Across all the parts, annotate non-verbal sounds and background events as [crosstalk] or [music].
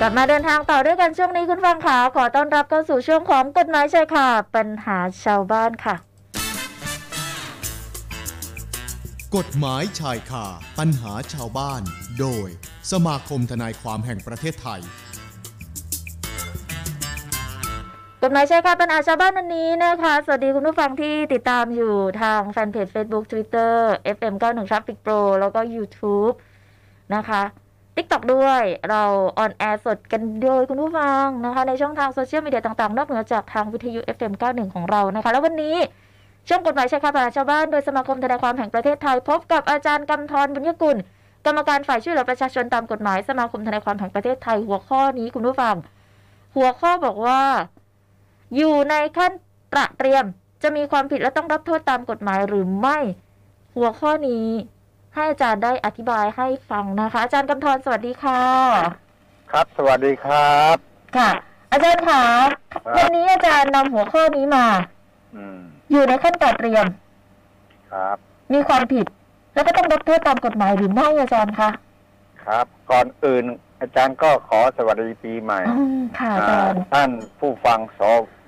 กลับมาเดินทางต่อด้วยกันช่วงนี้คุณฟังขาขอต้อนรับเข้าสู่ช่วงของกฎหมายชายคาปัญหาชาวบ้านค่ะ กฎหมายชายคาปัญหาชาวบ้าน โดย สมาคมทนายความแห่งประเทศไทย กฎหมายชายคาปัญหาชาวบ้านวันนี้นะคะ สวัสดีคุณผู้ฟังที่ติดตามอยู่ทางแฟนเพจ Facebook Twitter FM 91 Traffic Pro แล้วก็ YouTube นะคะ TikTok ด้วยเราออนแอร์สดกันโดยคุณผู้ฟังนะคะ ในช่องทางโซเชียลมีเดียต่างๆ นอกเหนือจากทางวิทยุ FM 91 ของเรานะคะ แล้ววันนี้ ช่วงกฎหมายชายคาปัญหาชาวบ้านโดยสมาคมทนายความแห่งประเทศไทย พบกับอาจารย์กำธรบุญยกุล กรรมการฝ่ายช่วยเหลือประชาชนตามกฎหมายสมาคมทนายความแห่งประเทศไทยหัวข้อนี้คุณผู้ฟัง หัวข้อบอกว่า อยู่ในขั้นตระเตรียมจะมีความผิดและต้องรับโทษตามกฎหมายหรือไม่ หัวข้อนี้ ให้อาจารย์ได้อธิบายให้ฟังนะคะ อาจารย์กำธรสวัสดีค่ะ ครับ สวัสดีครับ ค่ะ อาจารย์คะ ครับ วันนี้อาจารย์นำหัวข้อนี้มา อืม อยู่ในขั้นตระเตรียม ครับ มีความผิด แล้วก็ต้องรับโทษตามกฎหมายหรือไม่อาจารย์คะ ครับ ก่อนอื่น อาจารย์ก็ขอสวัสดีปีใหม่ อืมค่ะอา อ่า จารย์ ท่านผู้ฟังส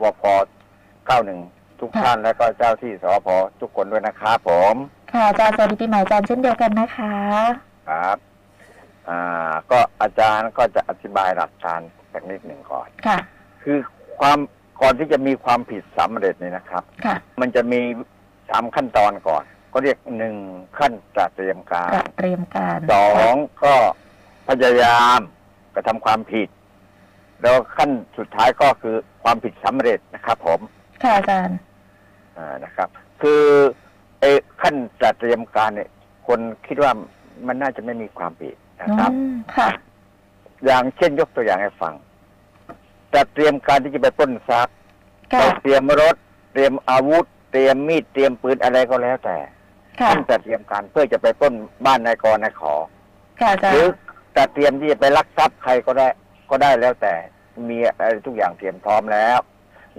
วพ91 ทุก ค่ะ ท่านและก็เจ้าที่สวพทุกคนด้วยนะครับผม ค่ะอาจารย์สวัสดีปีใหม่อาจารย์เช่นเดียวกันนะคะ ครับ อ่า ก็อาจารย์ก็จะอธิบายหลักการสักนิดหนึ่งก่อน ค่ะ คือความก่อนที่จะมีความผิดสำเร็จเนี่ยนะครับ ค่ะ มันจะมีสามขั้นตอนก่อน ก็เรียกหนึ่งขั้นตระเตรียมกา ตระ ร เตรียมการ สองก็พยายามกระทำความผิด แล้วขั้นสุดท้ายก็คือความผิดสำเร็จนะครับ ผม ค่ะอาจารย์ อ่านะครับ คือไอ้ขั้นจัดเตรียมการเนี่ย คนคิดว่ามันน่าจะไม่มีความผิดนะครับ อืมค่ะ อย่างเช่นยกตัวอย่างให้ฟังจัดเตรียมการที่จะไปปล้นทรัพย์ ค่ะ เราเตรียมรถ เตรียมอาวุธ เตรียมมีดเตรียมปืนอะไรก็แล้วแต่ ค่ะ ขั้นจัดเตรียมการเพื่อจะไปปล้นบ้านนายกรนายขอ ค่ะอาจาร หรือ ย์ แต่เตรียมที่จะไปลักทรัพย์ใครก็ได้ก็ได้แล้วแต่มีอะไรทุกอย่างเตรียมพร้อมแล้ว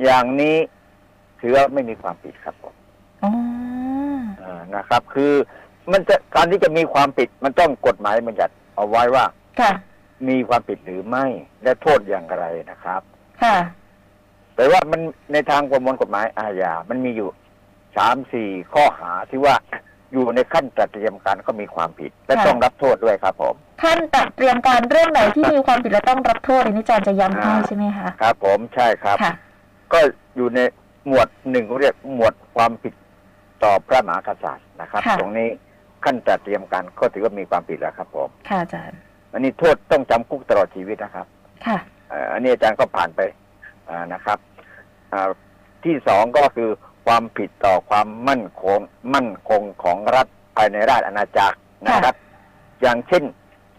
อย่างนี้ถือว่าไม่มีความผิดครับผม อ๋อ อ่านะครับ คือมันจะการที่จะมีความผิดมันต้องกฎหมายบัญญัติเอาไว้ว่า ค่ะ มีความผิดหรือไม่และโทษอย่างไรนะครับ ค่ะ แต่ว่ามันในทางประมวลกฎหมายอาญา มันมีอยู่สามสี่ข้อหาที่ว่าอยู่ในขั้นจัดเตรียมการก็มีความผิด และ ค่ะ ต้องรับโทษด้วยครับผม ขั้นตระเตรียมการเรื่องไหนที่มีความผิดและต้องรับโทษอันนี้อาจารย์จะย้ำให้ใช่ไหมคะ ครับ ผมใช่ครับ ค่ะ ก็อยู่ในหมวดหนึ่งเรียกหมวดความผิดต่อพระมหากษัตริย์นะครับ ค่ะ ตรงนี้ขั้นจัดเตรียมการก็ถือว่ามีความผิดแล้วครับผม ค่ะอาจารย์ อันนี้โทษต้องจำคุกตลอดชีวิตนะครับ ค่ะ เอ่ออันนี้อาจารย์ก็ผ่านไปอ่านะครับอ่าที่สองก็คือความผิดต่อความมั่นคงมั่นคงของรัฐภายในราชอาณาจักรนะครับ อย่างเช่น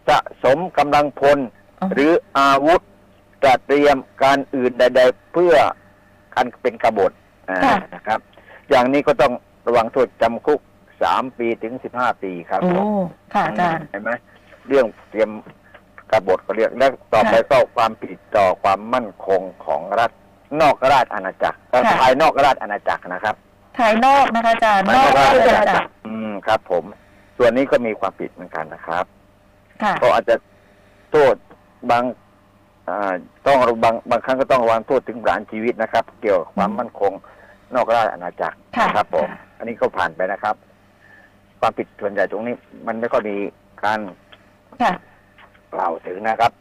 สะสมกำลังพล อ๋อ หรืออาวุธจัดเตรียมการอื่นใด ๆ เพื่อการเป็นกบฏอ่า ค่ะ นะครับ อย่างนี้ก็ต้องระวังโทษจำคุกสามปีถึงสิบห้าปีครับ โอ้ ผม ค่ะอาจารย์ เห็นไหมเรื่องเตรียมกบฏก็เรียกแล้วต่อไป ค่ะ ก็ความผิดต่อความมั่นคงของรัฐนอกราชอาณาจักร ค่ะ ภายนอกราชอาณาจักรนะครับ ภายนอกนะคะอาจารย์ นอกราชอาณาจักร อืมครับ ผม ส่วนนี้ก็มีความผิดเหมือนกันนะครับ ค่ะ ก็อาจจะโทษบางอ่าต้องระบางบางครั้งก็ต้องระวังโทษถึงประหารชีวิตนะครับ เกี่ยวกับความมั่นคงนอกราชอาณาจักร ค่ะ นะครับผม ค่ะ อันนี้ก็ผ่านไปนะครับ ความผิดส่วนใหญ่ตรงนี้ มันไม่ค่อยมีการ ค่ะ กล่าวถึงนะครับ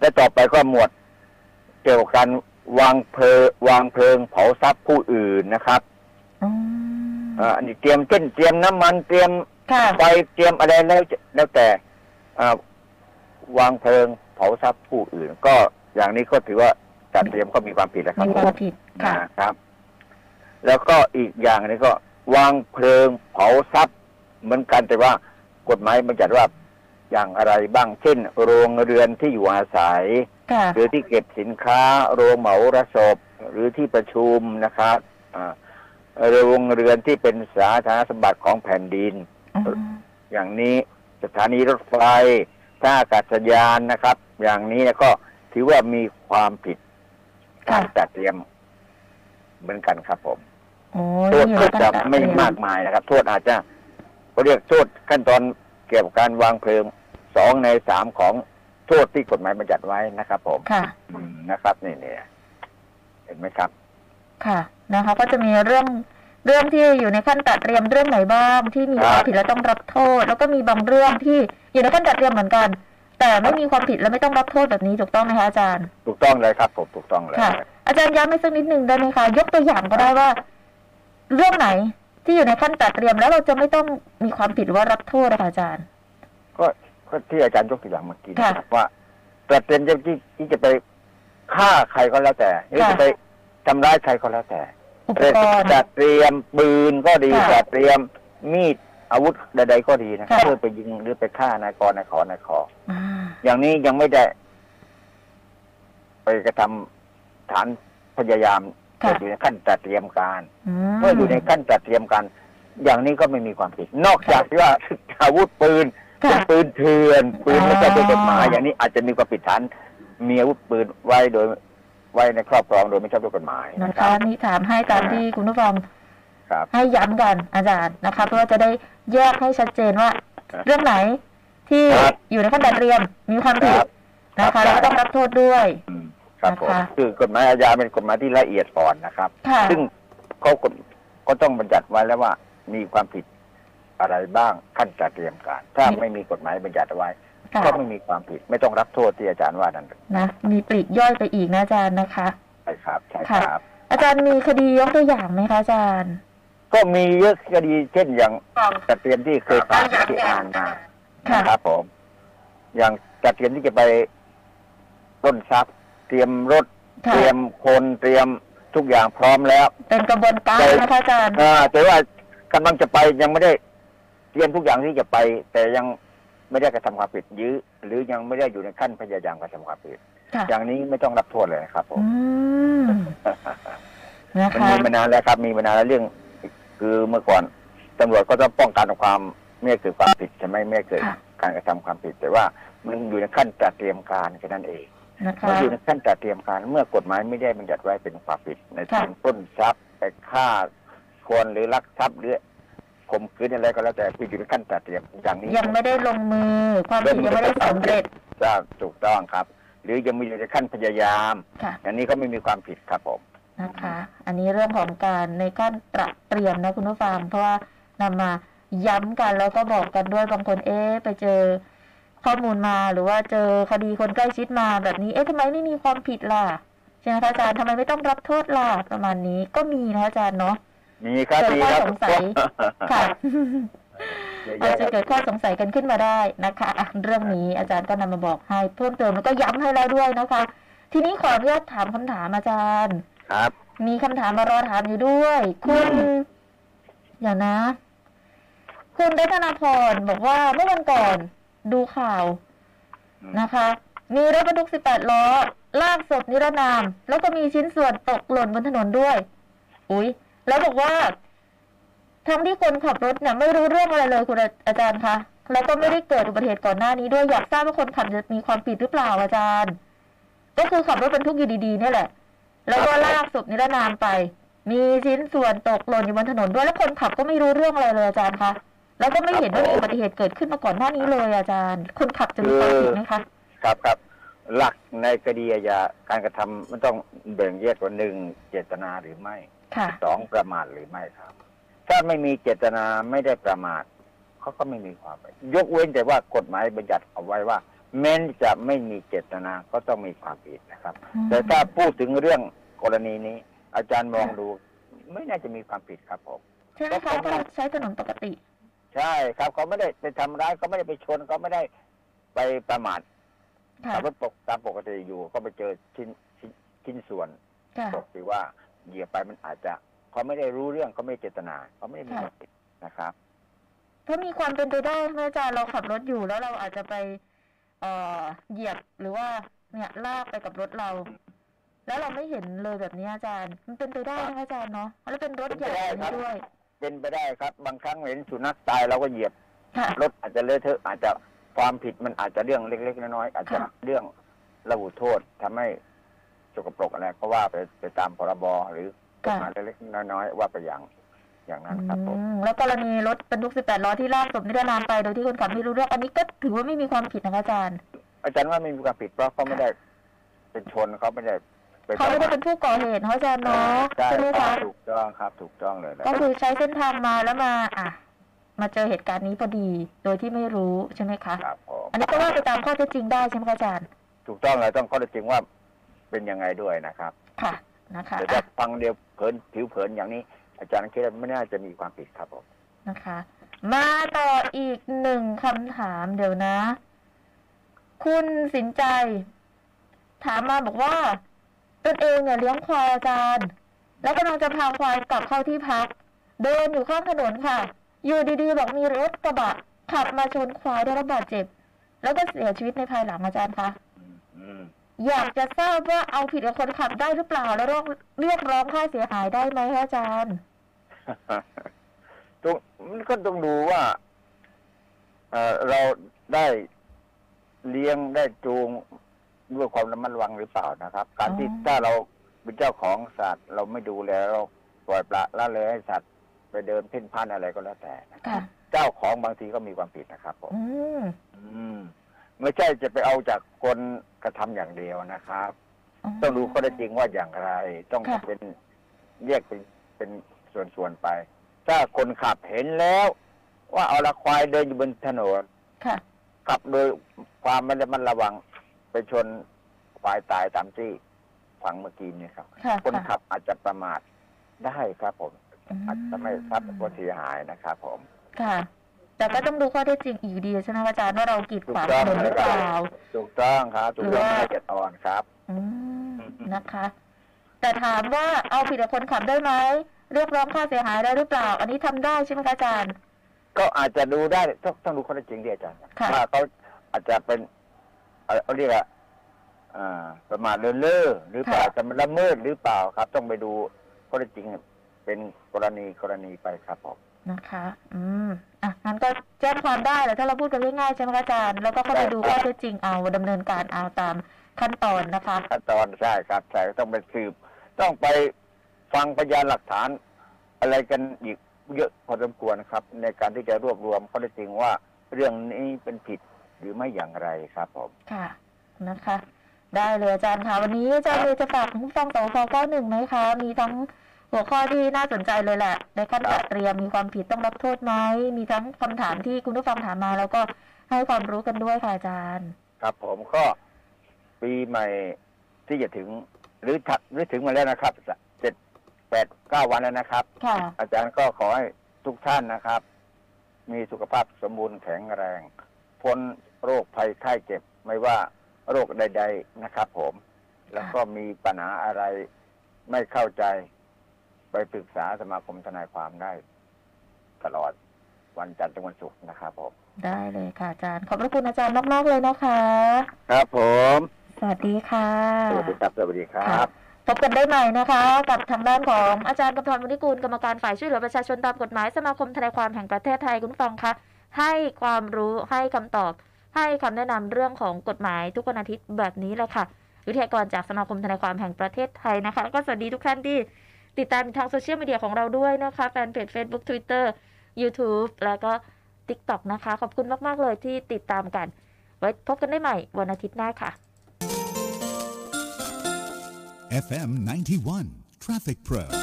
และต่อไปก็หมวด เกี่ยวกับการวางเพลิงวางเพลิงเผาทรัพย์ผู้อื่นนะครับ อืม อ่าอันนี้เตรียมเช่นเตรียมน้ำมันเตรียม ค่ะ ไฟเตรียมอะไรแล้วจะแล้วแต่อ่าวางเพลิงเผาทรัพย์ผู้อื่น ก็อย่างนี้ก็ถือว่าจัดเตรียมก็มีความผิดแล้วครับ มี ผ ค ม วามผิด ค่ะ นะครับ แล้วก็อีกอย่างหนึงก็ วางเพลิงเผาทรัพย์ เหมือนกันแต่ว่ากฎหมายบัญญัติว่าอย่างอะไรบ้างเช่น โรงเรือนที่อยู่อาศัย ค่ะ หรือที่เก็บสินค้าโรงเหมาระศพหรือที่ประชุมนะครับอ่าโรงเรือนที่เป็นสาธารณสมบัติของแผ่นดิน อืม อย่างนี้สถานีรถไฟท่าอากาศยานนะครับ อย่างนี้ก็ถือว่ามีความผิด ค่ะ การจัดเตรียมเหมือนกันครับผม โอ้ โทษ นี่ ก็ เรา จะ ตั้งแต่ ไม่มากมายนะครับ โทษอาจจะเขาเรียกโทษขั้นตอนเกี่ยวกับการวางเพลิงสองในสามของ โทษที่กฎหมายบัญญัติไว้นะครับผม ค่ะ อืมนะครับนี่นี่เห็นไหมครับ ค่ะนะคะ ก็จะมีเรื่องเรื่องที่อยู่ในขั้นตัดเตรียมเรื่องไหนบ้างที่มี ค ครับ วามผิดและต้องรับโทษ แล้วก็มีบางเรื่องที่อยู่ในขั้นตัดเตรียมเหมือนกัน แต่ไม่มีความผิดและไม่ต้องรับโทษแบบนี้ถูกต้องไหมคะอาจารย์ ถูกต้องเลยครับผมถูกต้องเลย ค่ะ อาจารย์ย้ำให้สักนิดหนึ่งได้ไหมคะยกตัวอย่างก็ได้ว่า เรื่องไหนที่อยู่ในขั้นตัดเตรียมแล้วเราจะไม่ต้องมีความผิดหรือว่ารับโทษนะคะอาจารย์ ก็ก็ที่อาจารย์ยกตัวอย่างเมื่อกี้ ค่ะ นะครับว่าประเด็นที่ที่จะไปฆ่าใครก็แล้วแต่หรือ ค่ะ จะไปทำร้ายใครก็แล้วแต่ อุปกรณ์ จัดเตรียมปืนก็ดี ค่ะ จัดเตรียมมีดอาวุธใดๆก็ดีนะครับ ค่ะ เพื่อไปยิงหรือไปฆ่านายกรนายขอนายขอ อ่า อย่างนี้ยังไม่ได้ ไปกระทำฐานพยายาม ค่ะ แต่อยู่ในขั้นจัดเตรียมการ ม เมื่ออยู่ในขั้นจัดเตรียมการ อย่างนี้ก็ไม่มีความผิด นอกจากที่ว่า อาวุธปืน ค่ะ เป็นปืนเถื่อนปืนไม่ใช่เป็นกฎหมาย อ๋อ อ อ ย่างนี้อาจจะมีความผิดฐานมีอาวุธปืนไว้โดย ไว้ในครอบครองโดยไม่ชอบด้วยกฎหมาย นะ นะค คะ รับ นี่ถามให้ตามที่คุณผู้ฟัง ครับ ให้ย้ำกันอาจารย์นะคะ เพื่อจะได้แยกให้ชัดเจนว่า ครับ เรื่องไหนที่ ครับ อยู่ในขั้นตอนเตรียมมีความผิ ค ด รับ นะ ครั คะ บ แล้วก็ต้องรับโทษด้วย อืมครับผม นะคะ คือกฎหมายอาญาเป็นกฎหมายที่ละเอียดอ่อนนะครับ ค่ะ ซึ่งเขากฎก็ต้องบัญญัติไว้แล้วว่ามีความผิดอะไรบ้างขั้นจัดเตรียมการ ถ้าไม่มีกฎหมายบัญญัติไว้ ค่ะ ก็ไม่มีความผิด ไม่ต้องรับโทษที่อาจารย์ว่านั่น นะมีปลีกย่อยไปอีกนะอาจารย์นะคะ ใช่ครับใช่ครับ อาจารย์มีคดียกตัวอย่างไหมคะอาจารย์ ก็มีเยอะคดีเช่นอย่างจัดเตรียมที่เคยผ่านที่อ่านมา ค่ะ นะครับผม อย่างจัดเตรียมที่จะไปปล้นทรัพย์ เตรียมรถ ค่ะ เตรียมคนเตรียมทุกอย่างพร้อมแล้ว เป็นกระบวนการนะคะอาจารย์ อ่าแต่ว่ากำลังจะไปยังไม่ได้เตรียมทุกอย่างที่จะไป แต่ยังไม่ได้กระทำความผิดยื้อหรือยังไม่ได้อยู่ในขั้นพยายามกระทำความผิด ค่ะ อย่างนี้ไม่ต้องรับโทษเลยนะครับผม อืมนะ มัน คะ มีมานานแล้วครับ มีมานานแล้วเรื่อง คือเมื่อก่อนตำรวจก็ต้องป้องกันความไม่ให้เกิดความผิดใช่ไหมไม่ให้เกิดการกระทำความผิด แต่ว่ามันอยู่ในขั้นจัดเตรียมการแค่นั้นเอง นะคะ มันอยู่ในขั้นจัดเตรียมการเมื่อกฎหมายไม่ได้บัญญัติไว้เป็นความผิด ใน ค่ะ ทางปล้นทรัพย์ไปฆ่าคนหรือลักทรัพย์หรือข่มขืนอะไรก็แล้วแต่คืออยู่ในขั้นจัดเตรียมอย่างนี้ ยังไม่ได้ลงมือ ความผิดยังไม่ได้สำเร็จ ทราบถูกต้องครับ หรือยังมีอยู่ในขั้นพยายาม ค่ะ อย่างนี้ก็ไม่มีความผิดครับผม นะคะ อันนี้เรื่องของการในการตระเตรียมนะคุณผู้ฟัง เพราะว่านำมาย้ำกันแล้วก็บอกกันด้วยบางคนเอ๊ะไปเจอข้อมูลมาหรือว่าเจอคดีคนใกล้ชิดมาแบบนี้ เอ๊ะทำไมไม่มีความผิดล่ะใช่ไหมคะอาจารย์ทำไมไม่ต้องรับโทษล่ะประมาณนี้ก็มีนะอาจารย์เนาะ มีครับ เกิด มี ข้ ค อ รับ สงสัย ค่ะ เยอะ อาจ แยะ จะเกิดข้อสงสัยกันขึ้นมาได้นะคะอ่ะเรื่องนี้อาจารย์ก็นำมาบอกให้เพิ่มเติมแล้วก็ย้ำให้แล้วด้วยนะคะ ทีนี้ขออนุญาตถามคำถามอาจารย์ ครับ มีคำถามมารอถามอยู่ด้วย คุณ อืม อย่านะ คุณรัตนาพรบอกว่าเมื่อวันก่อนดูข่าวนะคะ มีรถบรรทุก 18 ล้อ ลากศพนิรนาม แล้วก็มีชิ้นส่วนตกหล่นบนถนนด้วย อุ๊ย แล้วบอกว่า ทั้งที่คนขับรถเนี่ยไม่รู้เรื่องอะไรเลยคุณอาจารย์คะแล้วก็ไม่ได้เกิดอุบัติเหตุก่อนหน้านี้ด้วยอยากทราบว่าคนขับจะมีความผิดหรือเปล่าอาจารย์ ก็คือขับรถบรรทุกอยู่ดีๆเนี่ยแหละ แล้วก็ลากศพนิรนามไป มีชิ้นส่วนตกหล่นอยู่บนถนนด้วยแล้วคนขับก็ไม่รู้เรื่องอะไรเลยอาจารย์คะแล้วก็ไม่เห็นว่ามีอุบัติเหตุเกิดขึ้นมาก่อนหน้านี้เลยอาจารย์ คนขับจะมีความผิดไหมคะ ครับครับ หลักในคดีอาญาการกระทำมันต้องแบ่งแยกว่าหนึ่งเจตนาหรือไม่ ค่ะ สองประมาทหรือไม่ครับ ถ้าไม่มีเจตนาไม่ได้ประมาทเขาก็ไม่มีความผิดยกเว้นแต่ว่ากฎหมายบัญญัติเอาไว้ว่า แม้นจะไม่มีเจตนาก็ต้องมีความผิดนะครับ แต่ถ้าพูดถึงเรื่องกรณีนี้ อาจารย์มองดู ไม่น่าจะมีความผิดครับผม ใช่ไหมคะก็ใช้ถนนปกติ ใช่ครับเขาไม่ได้ไปทำร้ายเขาไม่ได้ไปชนเขาไม่ได้ไปประมาท ค่ะ ขับรถปกตามปกติอยู่ ก็ไปเจอชิ้นชิ้นชิ้นส่วน ค่ะ บอกสิว่าเหยียบไปมันอาจจะเขาไม่ได้รู้เรื่องเขาไม่ได้เจตนาเขาไม่ได้มีความผิดนะครับ ถ้ามีความเป็นไปได้ไหมอาจารย์เราขับรถอยู่แล้วเราอาจจะไป เอ่อ เหยียบหรือว่า เนี่ยลากไปกับรถเรา แล้วเราไม่เห็นเลยแบบนี้อาจารย์ มันเป็นไปได้นะคะอาจารย์เนาะแล้วเป็นรถใหญ่แบบนี้ด้วย เป็นไปได้ครับ บางครั้งเห็นสุนัขตายเราก็เหยียบ ค่ะ รถอาจจะเลอะเทอะอาจจะความผิดมันอาจจะเรื่องเล็ก ๆ น้อยๆอาจจะ ค่ะ เรื่องระบุโทษทำให้สกปรกอะไรก็ว่าไปไปตามพรบหรือกฎหมายเล็กๆน้อยๆว่าไปอย่างอย่างนั้นครับผม อืมแล้วกรณีรถบรรทุก 18 ล้อที่ลากศพนิรนามไปโดยที่คนขับไม่รู้เรื่อง อันนี้ก็ถือว่าไม่มีความผิดนะคะอาจารย์ อาจารย์ว่าไม่มีความผิดเพราะเขาไม่ได้เป็นชนเขาไม่ได้ป เขาไม่ได้เป็นผู้ก่อเหตุเนาะอาจารย์เนาะ ใช่ ใช่ไหม ครั คะ บถูกต้องครับถูกต้องเลยนะ ก็คือใช้เส้นทางมาแล้วมาอ่ะมาเจอเหตุการณ์นี้พอดี โดยที่ไม่รู้ใช่ไหมคะ ครับผม อันนี้ก็ว่าไปตามข้อเท็จจริงได้ใช่ไหมคะอาจารย์ ถูกต้องเลยต้องข้อเท็จจริงว่าเป็นยังไงด้วยนะครับ ค่ะนะคะ แต่ถ้า อ่ะ ฟังเดียวเผินผิวเผินอย่างนี้ อาจารย์คิดว่าไม่น่าจะมีความผิดครับผม นะคะ มาต่ออีกหนึ่งคำถามเดี๋ยวนะ คุณสินใจ ถามมาบอกว่าตนเองเนี่ยเลี้ยงควายอาจารย์ แล้วกำลังจะพาควายกลับเข้าที่พัก เดินอยู่ข้างถนนค่ะ อยู่ดีๆ บอกมีรถกระบะขับมาชนควายได้รับบาดเจ็บ แล้วก็เสียชีวิตในภายหลังอาจารย์คะ อืมอืม [laughs] อยากจะทราบว่าเอาผิดกับคนขับได้หรือเปล่า แล้วเรียกเรียกร้องค่าเสียหายได้ไหมคะอาจารย์ ต้องมันก็ต้องดูว่าเอ่อเราได้เลี้ยงได้จูงด้วยความระมัดระวังหรือเปล่านะครับ การที่ อ๋อ ถ้าเราเป็นเจ้าของสัตว์ เราไม่ดูแลเราปล่อยปละละเลยให้สัตว์ไปเดินเพ่นพ่านอะไรก็แล้วแต่นะ ค่ะ เจ้าของบางทีก็มีความผิดนะครับผม อืม อืม ไม่ใช่จะไปเอาจากคนกระทำอย่างเดียวนะครับ ต้องดูข้อได้จริงว่าอย่างไร ต้อง ค่ะ เป็นแยกเป็นเป็นส่วนๆไป ถ้าคนขับเห็นแล้ว ว่าเอาละควายเดินอยู่บนถนน ค่ะ ขับโดยความไม่ระมัดระวังไปชนควายตายตามที่ฟังเมื่อกี้เนี่ยครับ ค่ะ คน ค่ะ ขับอาจจะประมาทได้ครับผม อาจจะไม่ทรัพย์ก็เสียหายนะครับผม ค่ะ แต่ก็ต้องดูข้อเท็จจริงอีกดีใช่ไหมอาจารย์ว่าเรากีดขวางถนนหรือเปล่า ถูกต้องครับ ถูกต้อง หรือว่า ไม่เจ็ดอ่อนครับ อืมนะคะ แต่ถามว่าเอาผิดกับคนขับได้ไหมเรียกร้องค่าเสียหายได้หรือเปล่า อันนี้ทำได้ใช่ไหมคะอาจารย์ ก็อาจจะดูได้ต้องต้องดูข้อเท็จจริงดีอาจารย์ครับ ค่ะ ว่าเขาอาจจะเป็นเอาเอาเรียกว่าอ่า ประมาทเลินเล่อหรือเปล่าจะมันละเมิดหรือเปล่าครับ ต้องไปดูข้อเท็จจริงเป็นกรณีกรณีไปครับผม นะคะ อืม อ่ะ งั้นก็แจ้งความได้แหละถ้าเราพูดกันง่ายๆใช่ไหมคะอาจารย์ แล้วก็เข้าไปดูข้อเท็จจริงเอาดำเนินการเอาตามขั้นตอนนะคะ ขั้นตอนใช่ครับใช่ต้องไปสืบ ต้องไปฟังพยานหลักฐาน อะไรกันอีกเยอะพอสมควรครับ ในการที่จะรวบรวมข้อเท็จจริงว่า เรื่องนี้เป็นผิดหรือไม่อย่างไรครับผม ค่ะ นะคะ ได้เลยอาจารย์ค่ะ วันนี้อาจารย์เลยจะฝากคุณผู้ฟังสวพ91ไหมคะ มีทั้งหัวข้อที่น่าสนใจเลยแหละ ในขั้นตอนเตรียมมีความผิดต้องรับโทษไหม มีทั้งคำถามที่คุณผู้ฟังถามมา แล้วก็ให้ความรู้กันด้วยค่ะอาจารย์ ครับผมก็ปีใหม่ที่จะถึงหรือถัดหรือถึงมาแล้วนะครับเจ็ดแปดเก้าวันแล้วนะครับ ค่ะ อาจารย์ก็ขอให้ทุกท่านนะครับ มีสุขภาพสมบูรณ์แข็งแรง พ้นโรคภัยไข้เจ็บ ไม่ว่าโรคใด ๆนะครับผม แล้วก็มีปัญหาอะไรไม่เข้าใจ ไปปรึกษาสมาคมทนายความได้ ตลอดวันจันทร์ถึงวันศุกร์นะครับผม ได้เลยค่ะอาจารย์ ขอบพระคุณอาจารย์มากๆเลยนะคะ ครับผม สวัสดีค่ะ สวัสดีครับ สวัสดีครับ พบกันได้ใหม่นะคะ กับทางด้านของอาจารย์กำธรวณิกูลกรรมการฝ่ายช่วยเหลือประชาชนตามกฎหมายสมาคมทนายความแห่งประเทศไทยคุณผู้ฟังคะให้ความรู้ให้คำตอบ ให้คำแนะนำเรื่องของกฎหมายทุกวันอาทิตย์แบบนี้แหละค่ะ วิทยากรจากสมาคมทนายความแห่งประเทศไทยนะคะแล้วก็สวัสดีทุกท่านที่ติดตามทางโซเชียลมีเดียของเราด้วยนะคะแฟนเพจ Facebook Twitter YouTube แล้วก็ TikTok นะคะ ขอบคุณมากๆเลยที่ติดตามกัน ไว้พบกันได้ใหม่วันอาทิตย์หน้าค่ะ FM 91 Traffic Pro.